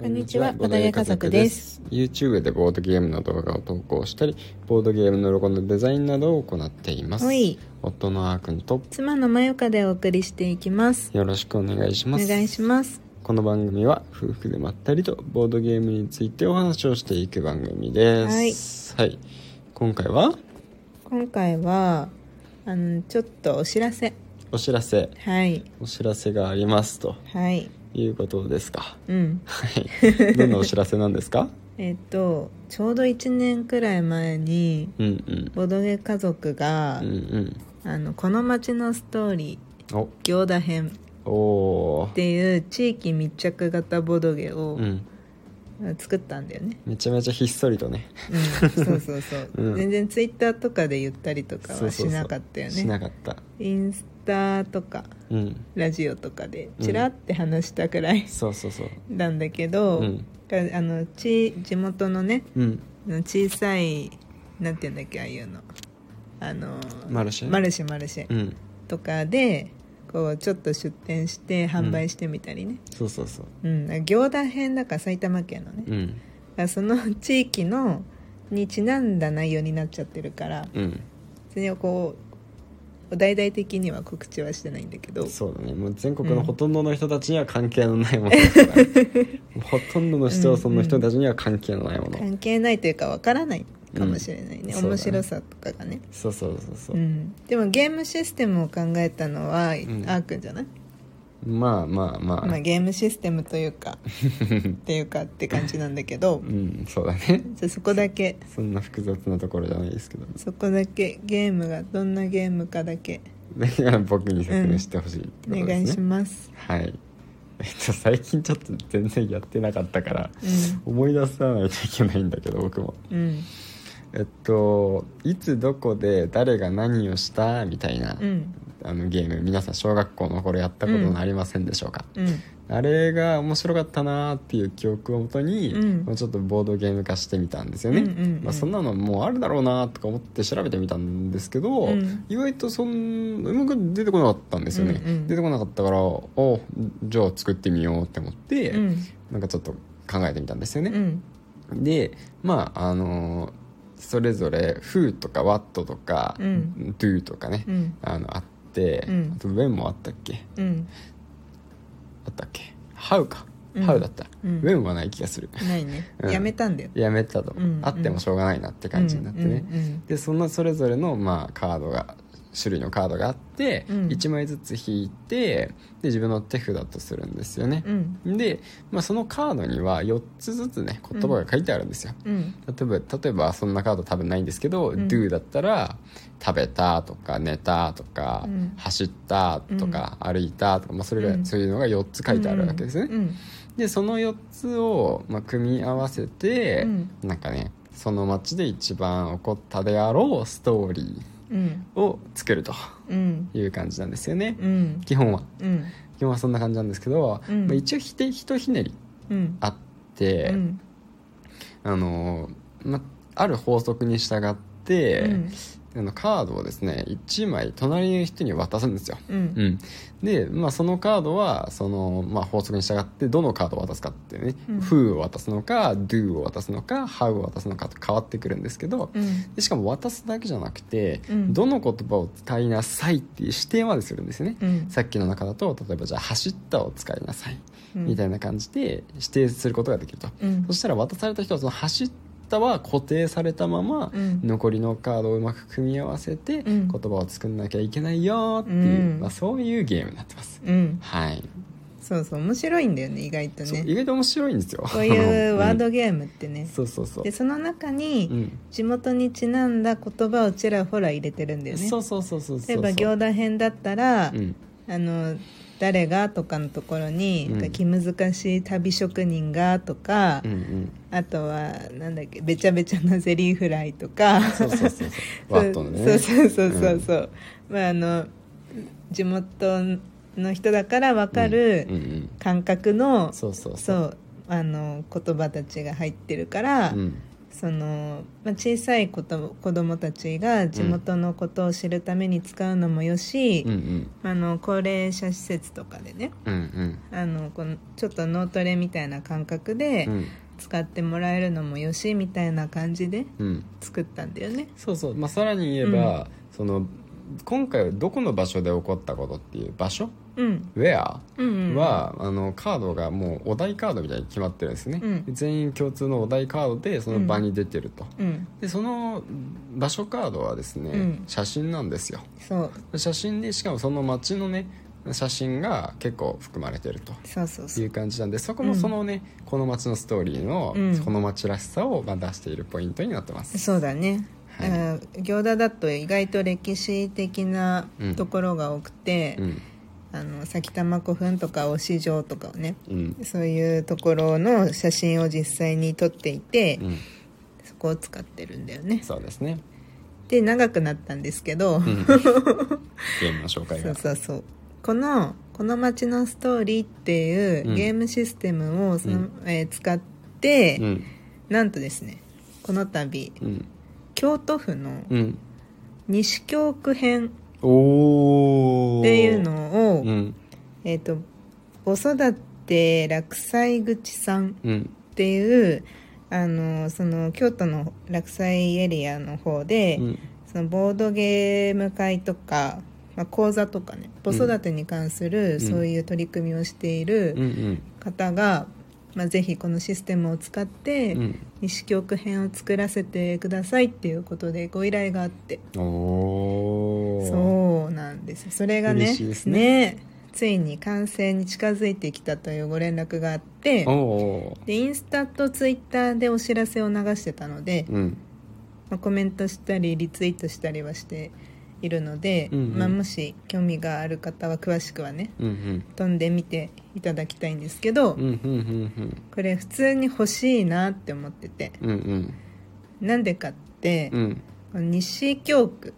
にちは、和田屋家族です。。 YouTube でボードゲームの動画を投稿したり、ボードゲームのロゴのデザインなどを行っています。はい、夫のあーくんと妻のまゆかでお送りしていきます。よろしくお願いしおます。願いします。この番組は夫婦でまったりとボードゲームについてお話をしていく番組です。はい。今回は今回は、あの、ちょっとお知らせ。お知らせ、はい、お知らせがありますとはい、いうことですか。うん。 はい。どんなお知らせなんですかえっと、ちょうど1年くらい前に、うんうん。ボドゲ家族が、うんうん。あの、この街のストーリお、ー、行田編おっー。ていう地域密着型ボドゲをうん。作ったんだよね。めちゃめちゃひっそりとね。 うん、そうそうそう、うん全然ツイッターとかで言ったりとかそうはそうそしうなかったよねしなかった。インスタとかうん。ラジオとかでうんちらって話したくらいそうそうそう。なんだけど、うんがあのち地元のねうん。あの小さいなんて言うんだっけああいうのあのマルシェマルシェマルシェうん。とかでこうちょっと出店して販売してみたりね、そうそうそう。うん行田編だから埼玉県のね、だうん。からその地域のにちなんだ内容になっちゃってるから、うん。それをこう大々的には告知はしてないんだけどそうだね。もう全国のほとんどの人たちには関係のないものだ から、もうほとんどの市町村の人たちには関係のないもの。関係ないというかわからないかもしれないね、うん面そうだ白ねさとかがねそうそうそうそうう、ん、でもゲームシステムを考えたのは、んあーくんじゃない、まあまあまあ。まあ、ゲームシステムというかっていうかって感じなんだけど うん、そうだね。じゃあそこだけそんな複雑なところじゃないですけど。 そこだけゲームがどんなゲームかだけだから僕に説明してほしいっておことですね。願いします、はい。 えっと、最近ちょっと全然やってなかったから、うん思い出さないといけないんだけど、僕も。うんえっと、いつどこで誰が何をしたみたいな、うんあのゲーム皆さん小学校の頃やったことのありませんでしょうか、うんあれが面白かったなーっていう記憶をもとに、うんまあちょっとボードゲーム化してみたんですよね、うんうんうんまあ、そんなのもうあるだろうなーとか思って調べてみたんですけど、うん意外とそんうまく出てこなかったんですよね、うんうん出てこなかったからおじゃあ作ってみようって思って、うんなんかちょっと考えてみたんですようね、んでまああのーそれぞれ「フー」とか「ワット」とか「うドんゥ」とかね、うんあのあって、うんあと「ウェン」もあったっけうんあったっけ「ハウ」か「うんハウ」だった、うんウェンはない気がする ないね、うんやめたんだよやめたと、うんあってもしょうがないなって感じになってね、うんうんでそんなそれぞれの、まあ、カードが種類のカードがあって、うん1枚ずつ引いてで自分の手札とするんですよねう、んで、まあ、そのカードには4つずつね言葉が書いてあるんですよ、うん例えば例えばそんなカード多分ないんですけど「ん do」だったら「食べた」とか「寝た」とか「うん走った」とか「歩いた」とか、まあ、それが、うんそういうのが4つ書いてあるわけですね。うんでその4つを、まあ、組み合わせて、うんなんかねその街で一番起こったであろうストーリうんーを作るとうんいう感じなんですよね。うん基本はうん基本はそんな感じなんですけど、うんまあ、一応ひてひとひねりうんあって。うんあのま、ある法則に従って、あのカードをですね1枚隣の人に渡すんですよ、うんうん、で、まあ、そのカードはその、まあ、法則に従ってどのカードを渡すかっていうねう「んフ、ーを渡すのか「do」を渡すのか「how」を渡すのかと変わってくるんですけどうんでしかも渡すだけじゃなくて、うんどの言葉を使いなさいっていう指定までするんですよね、うんさっきの中だと例えばじゃあ「走った」を使いなさいうんみたいな感じで指定することができると、うんそしたら渡された人はその走ったは固定されたまま、うん残りのカードをうまく組み合わせて、う言ん葉を作んなきゃいけないよっていう、うんまあ、そういうゲームになってます。うんはい、そうそう面白いんだよね意外とそうね意外と面白いんですよ。こういうワードゲゲームって ねそうそうそうで。その中うにん、地元にちなんだ言葉をちらほら入れてるんだよねそうそうそうそうそう。例えば行田編だったらうん、あの誰がとかのところにうんなんか気難しい旅職人がとかうんうん。あとはなんだっけべちゃべちゃなゼリーフライとかそうそうそう そう。ワットのね。そうそうそうそうそう、まああの地元の人だから分かうんうるんうん。感覚の、そうそうそうあの言葉たちが入ってるから、うん。その、まあ、小さい子と子供たちが地元のことを知るために使うのもよし、うんうんあの高齢者施設とかでねうんあのこのちょっと脳トレみたいな感覚でうん使ってもらえるのもよしみたいな感じでうんうん作ったんだよね。そうそう、まあ、さらに言えば、その今回はどこの場所で起こったことっていう場所うん、ウェアうんうん、は、あのカードがもうお題カードみたいに決まってるんですね、うん全員共通のお題カードでその場に出てると、うん、でその場所カードはですね、うん写真なんですよそう写真でしかもその街のね写真が結構含まれてるとそうそうそいうう感じなんでそこもそのね、この街のストーリーの、うんこの街らしさをまあ出しているポイントになってますそうだね、はいあー行田だと意外と歴史的なところが多くて、うんあの先玉古墳とか忍城とかをねうんそういうところの写真を実際に撮っていて、うんそこを使ってるんだよねそうですね、で長くなったんですけ ど、うん、ゲームの紹介そがうそうそうこの「この街のストーリー」っていううんゲームシステムをその、うんえー使って、うんなんとですねこの度うん京都府のうん西京区編おおっていうのを、うんえっ、と子育て落西口さんうんっていうあのその京都の落西エリアの方で、うんそのボードゲーム会とか、まあ、講座とかね子育てに関する、んそういう取り組みをしていうんうるん方が、まあ、ぜひこのシステムを使って、うん西京区編を作らせてくださいっていうことでご依頼があっておおそうなんですそれがね嬉しいですねねついに完成に近づいてきたというご連絡があっておおでインスタとツイッターでお知らせを流してたので、うんまあ、コメントしたりリツイートしたりはしているので、うんうんまあ、もし興味がある方は詳しくはねうん飛んでみていただきたいんですけど、うんうんうんこれ普通に欲しいなって思っててうんうんなんでかって、うんうんこの西京区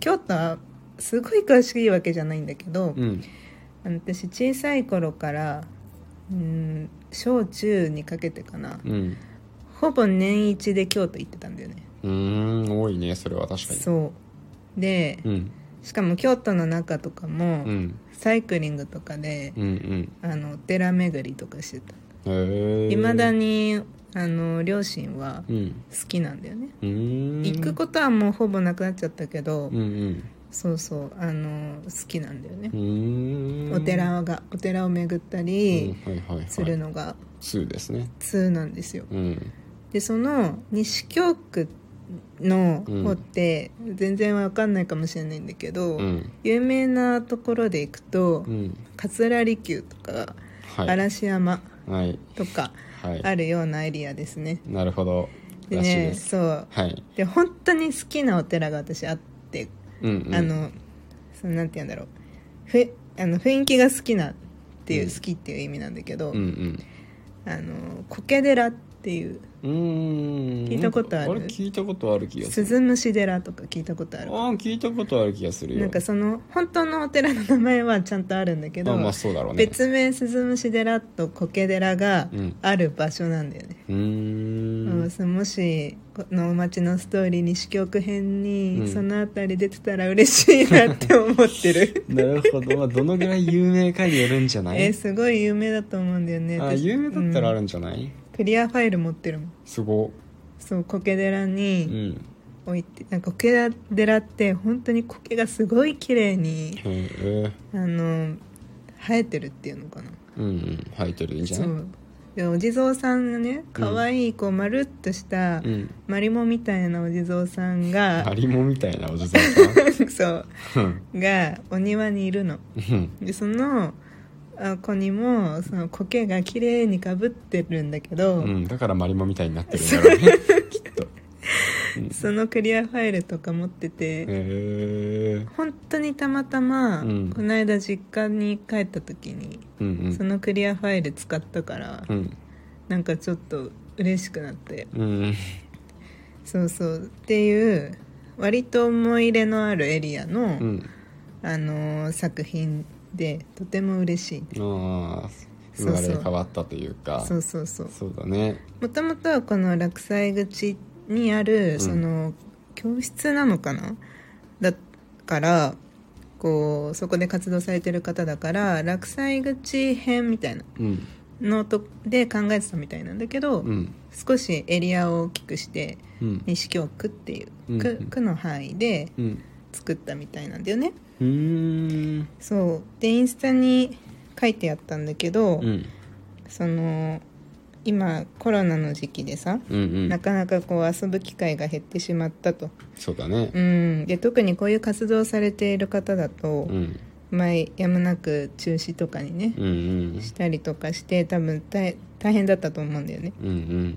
京都はすごい詳しいわけじゃないんだけど、うんあの私小さい頃からうん小中にかけてかなうんほぼ年一で京都行ってたんだよねうーん多いねそれは確かにそうで、うんしかも京都の中とかも、うんサイクリングとかでう、んうんあのお寺巡りとかしてたへえいまだにあの両親はうん好きなんだよね、うーん行くことはもうほぼなくなっちゃったけど、うんうんそうそうあの好きなんだよねう、ーんお寺がお寺を巡ったうんりはいはいはいするのがそうですね通なんですよ、うんでその西京区の方って全然わかんないかもしれないんだけど、うん有名なところで行くと、うん桂離宮とか、はい嵐山はいとかはいあるようなエリアですね、なるほどでらしいねですそうはいで本当に好きなお寺が私あって、うんうんあのそのなんて言うんだろうふあの雰囲気が好きなっていう、うん好きっていう意味なんだけど、うんあの苔寺っていううんうーん聞いたことあるなんかあれ聞いたことある気がする鈴虫寺とか聞いたことああるー聞いたことある気がするよなんかその本当のお寺の名前はちゃんとあるんだけど、あまあそうだろうね別名鈴虫寺と苔寺がうんある場所なんだよね、うーうんんそもしこのお町のストーリーに支局編に、うんそのあたり出てたら嬉しいなって思っ てるなるほどまあどのぐらい有名かによるんじゃないえすごい有名だと思うんだよねあ私有名だったらあうるんんじゃない、クリアファイル持ってるもんすごそう苔寺うにん置いて、なんか苔寺って本当に苔がすごい綺麗にへえあの生えてるっていうのかなうんうん生えてるんじゃそないうでお地蔵さんがね可愛いこうまるっとした、うんマリモみたいなお地蔵さんマがリモみたいなおじさんさ そうがお庭にいるのうんでそのあ子にもその苔が綺麗にかぶってるんだけど、うんだからマリモみたいになってるんだろうねきっとそのクリアファイルとか持ってて、へえ本当にたまたま、うんこの間実家に帰った時に、うんうんそのクリアファイル使ったから、うんなんかちょっと嬉しくなってうんそうそうっていう割と思い入れのあるエリアの、うんあのー作品でとても嬉しいああそ生うまそうれ変わったというかそうそうそうそうだねもともとはこの「落西口」にある、んその教室なのかなだからこうそこで活動されてる方だから落西口編みたいなうんのとで考えてたみたいなんだけど、うん少しエリアを大きくしてうん西京区っていう、うん区区の範囲でうん作ったみたいなんだよね。うーんそうでインスタに書いてあったんだけど、うんその今コロナの時期でさ、うんうんなかなかこう遊ぶ機会が減ってしまったと、そうだねうん、で特にこういう活動をされている方だとう、んまあ、やむなく中止とかにね、うんうんしたりとかして多分大大変だったと思うんだよねうんうん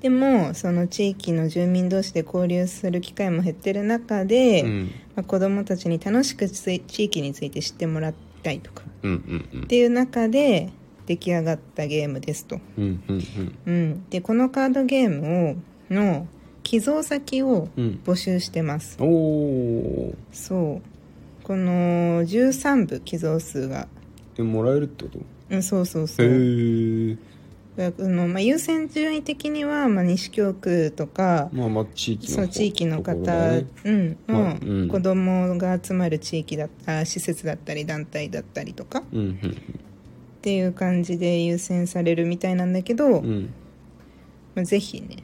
でもその地域の住民同士で交流する機会も減ってる中で、うんまあ、子どもたちに楽しくつい地域について知ってもらいたいとかうんうんっていう中で出来上がったゲームですと。うんうんうんうんうん、でこのカードゲームをの寄贈先をうん募集してます、おおそうこの13部寄贈数が、えもらえるってことうん、そうそうそへうえだからあの、まあ、優先順位的には、まあ、西京区とか、まあまあ地域のそう地域のとこ方、ろだねうん、まあうんの子供が集まる地域だった施設だったり団体だったりとかっうんていう感じで優先されるみたいなんだけど、うんうんまあ、ぜひね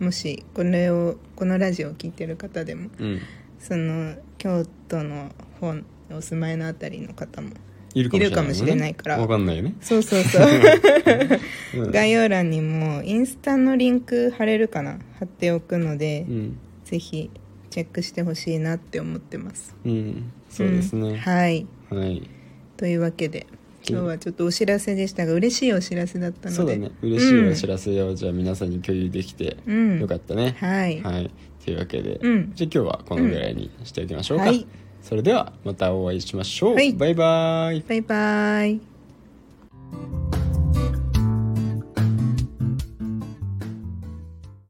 もしこれをこのラジオを聞いてる方でもうんその京都の方お住まいのあたりの方もいるかもしれない,、ね、いるかもしれないからわかんないよね、そうそうそう うん 概要欄にもインスタのリンク貼れるかな貼っておくので、うんぜひチェックしてほしいなって思ってますうんそうですんね、はいはいというわけで今日はちょっとお知らせでしたが嬉しいお知らせだったのでそうだね嬉しいお知らせを、じゃあ皆さんに共有できて、うんよかったねはいはい、というわけで、うんじゃあ今日はこのぐらいにしておきましょうか、うんはいそれではまたお会いしましょう、はいバイバイバイバイ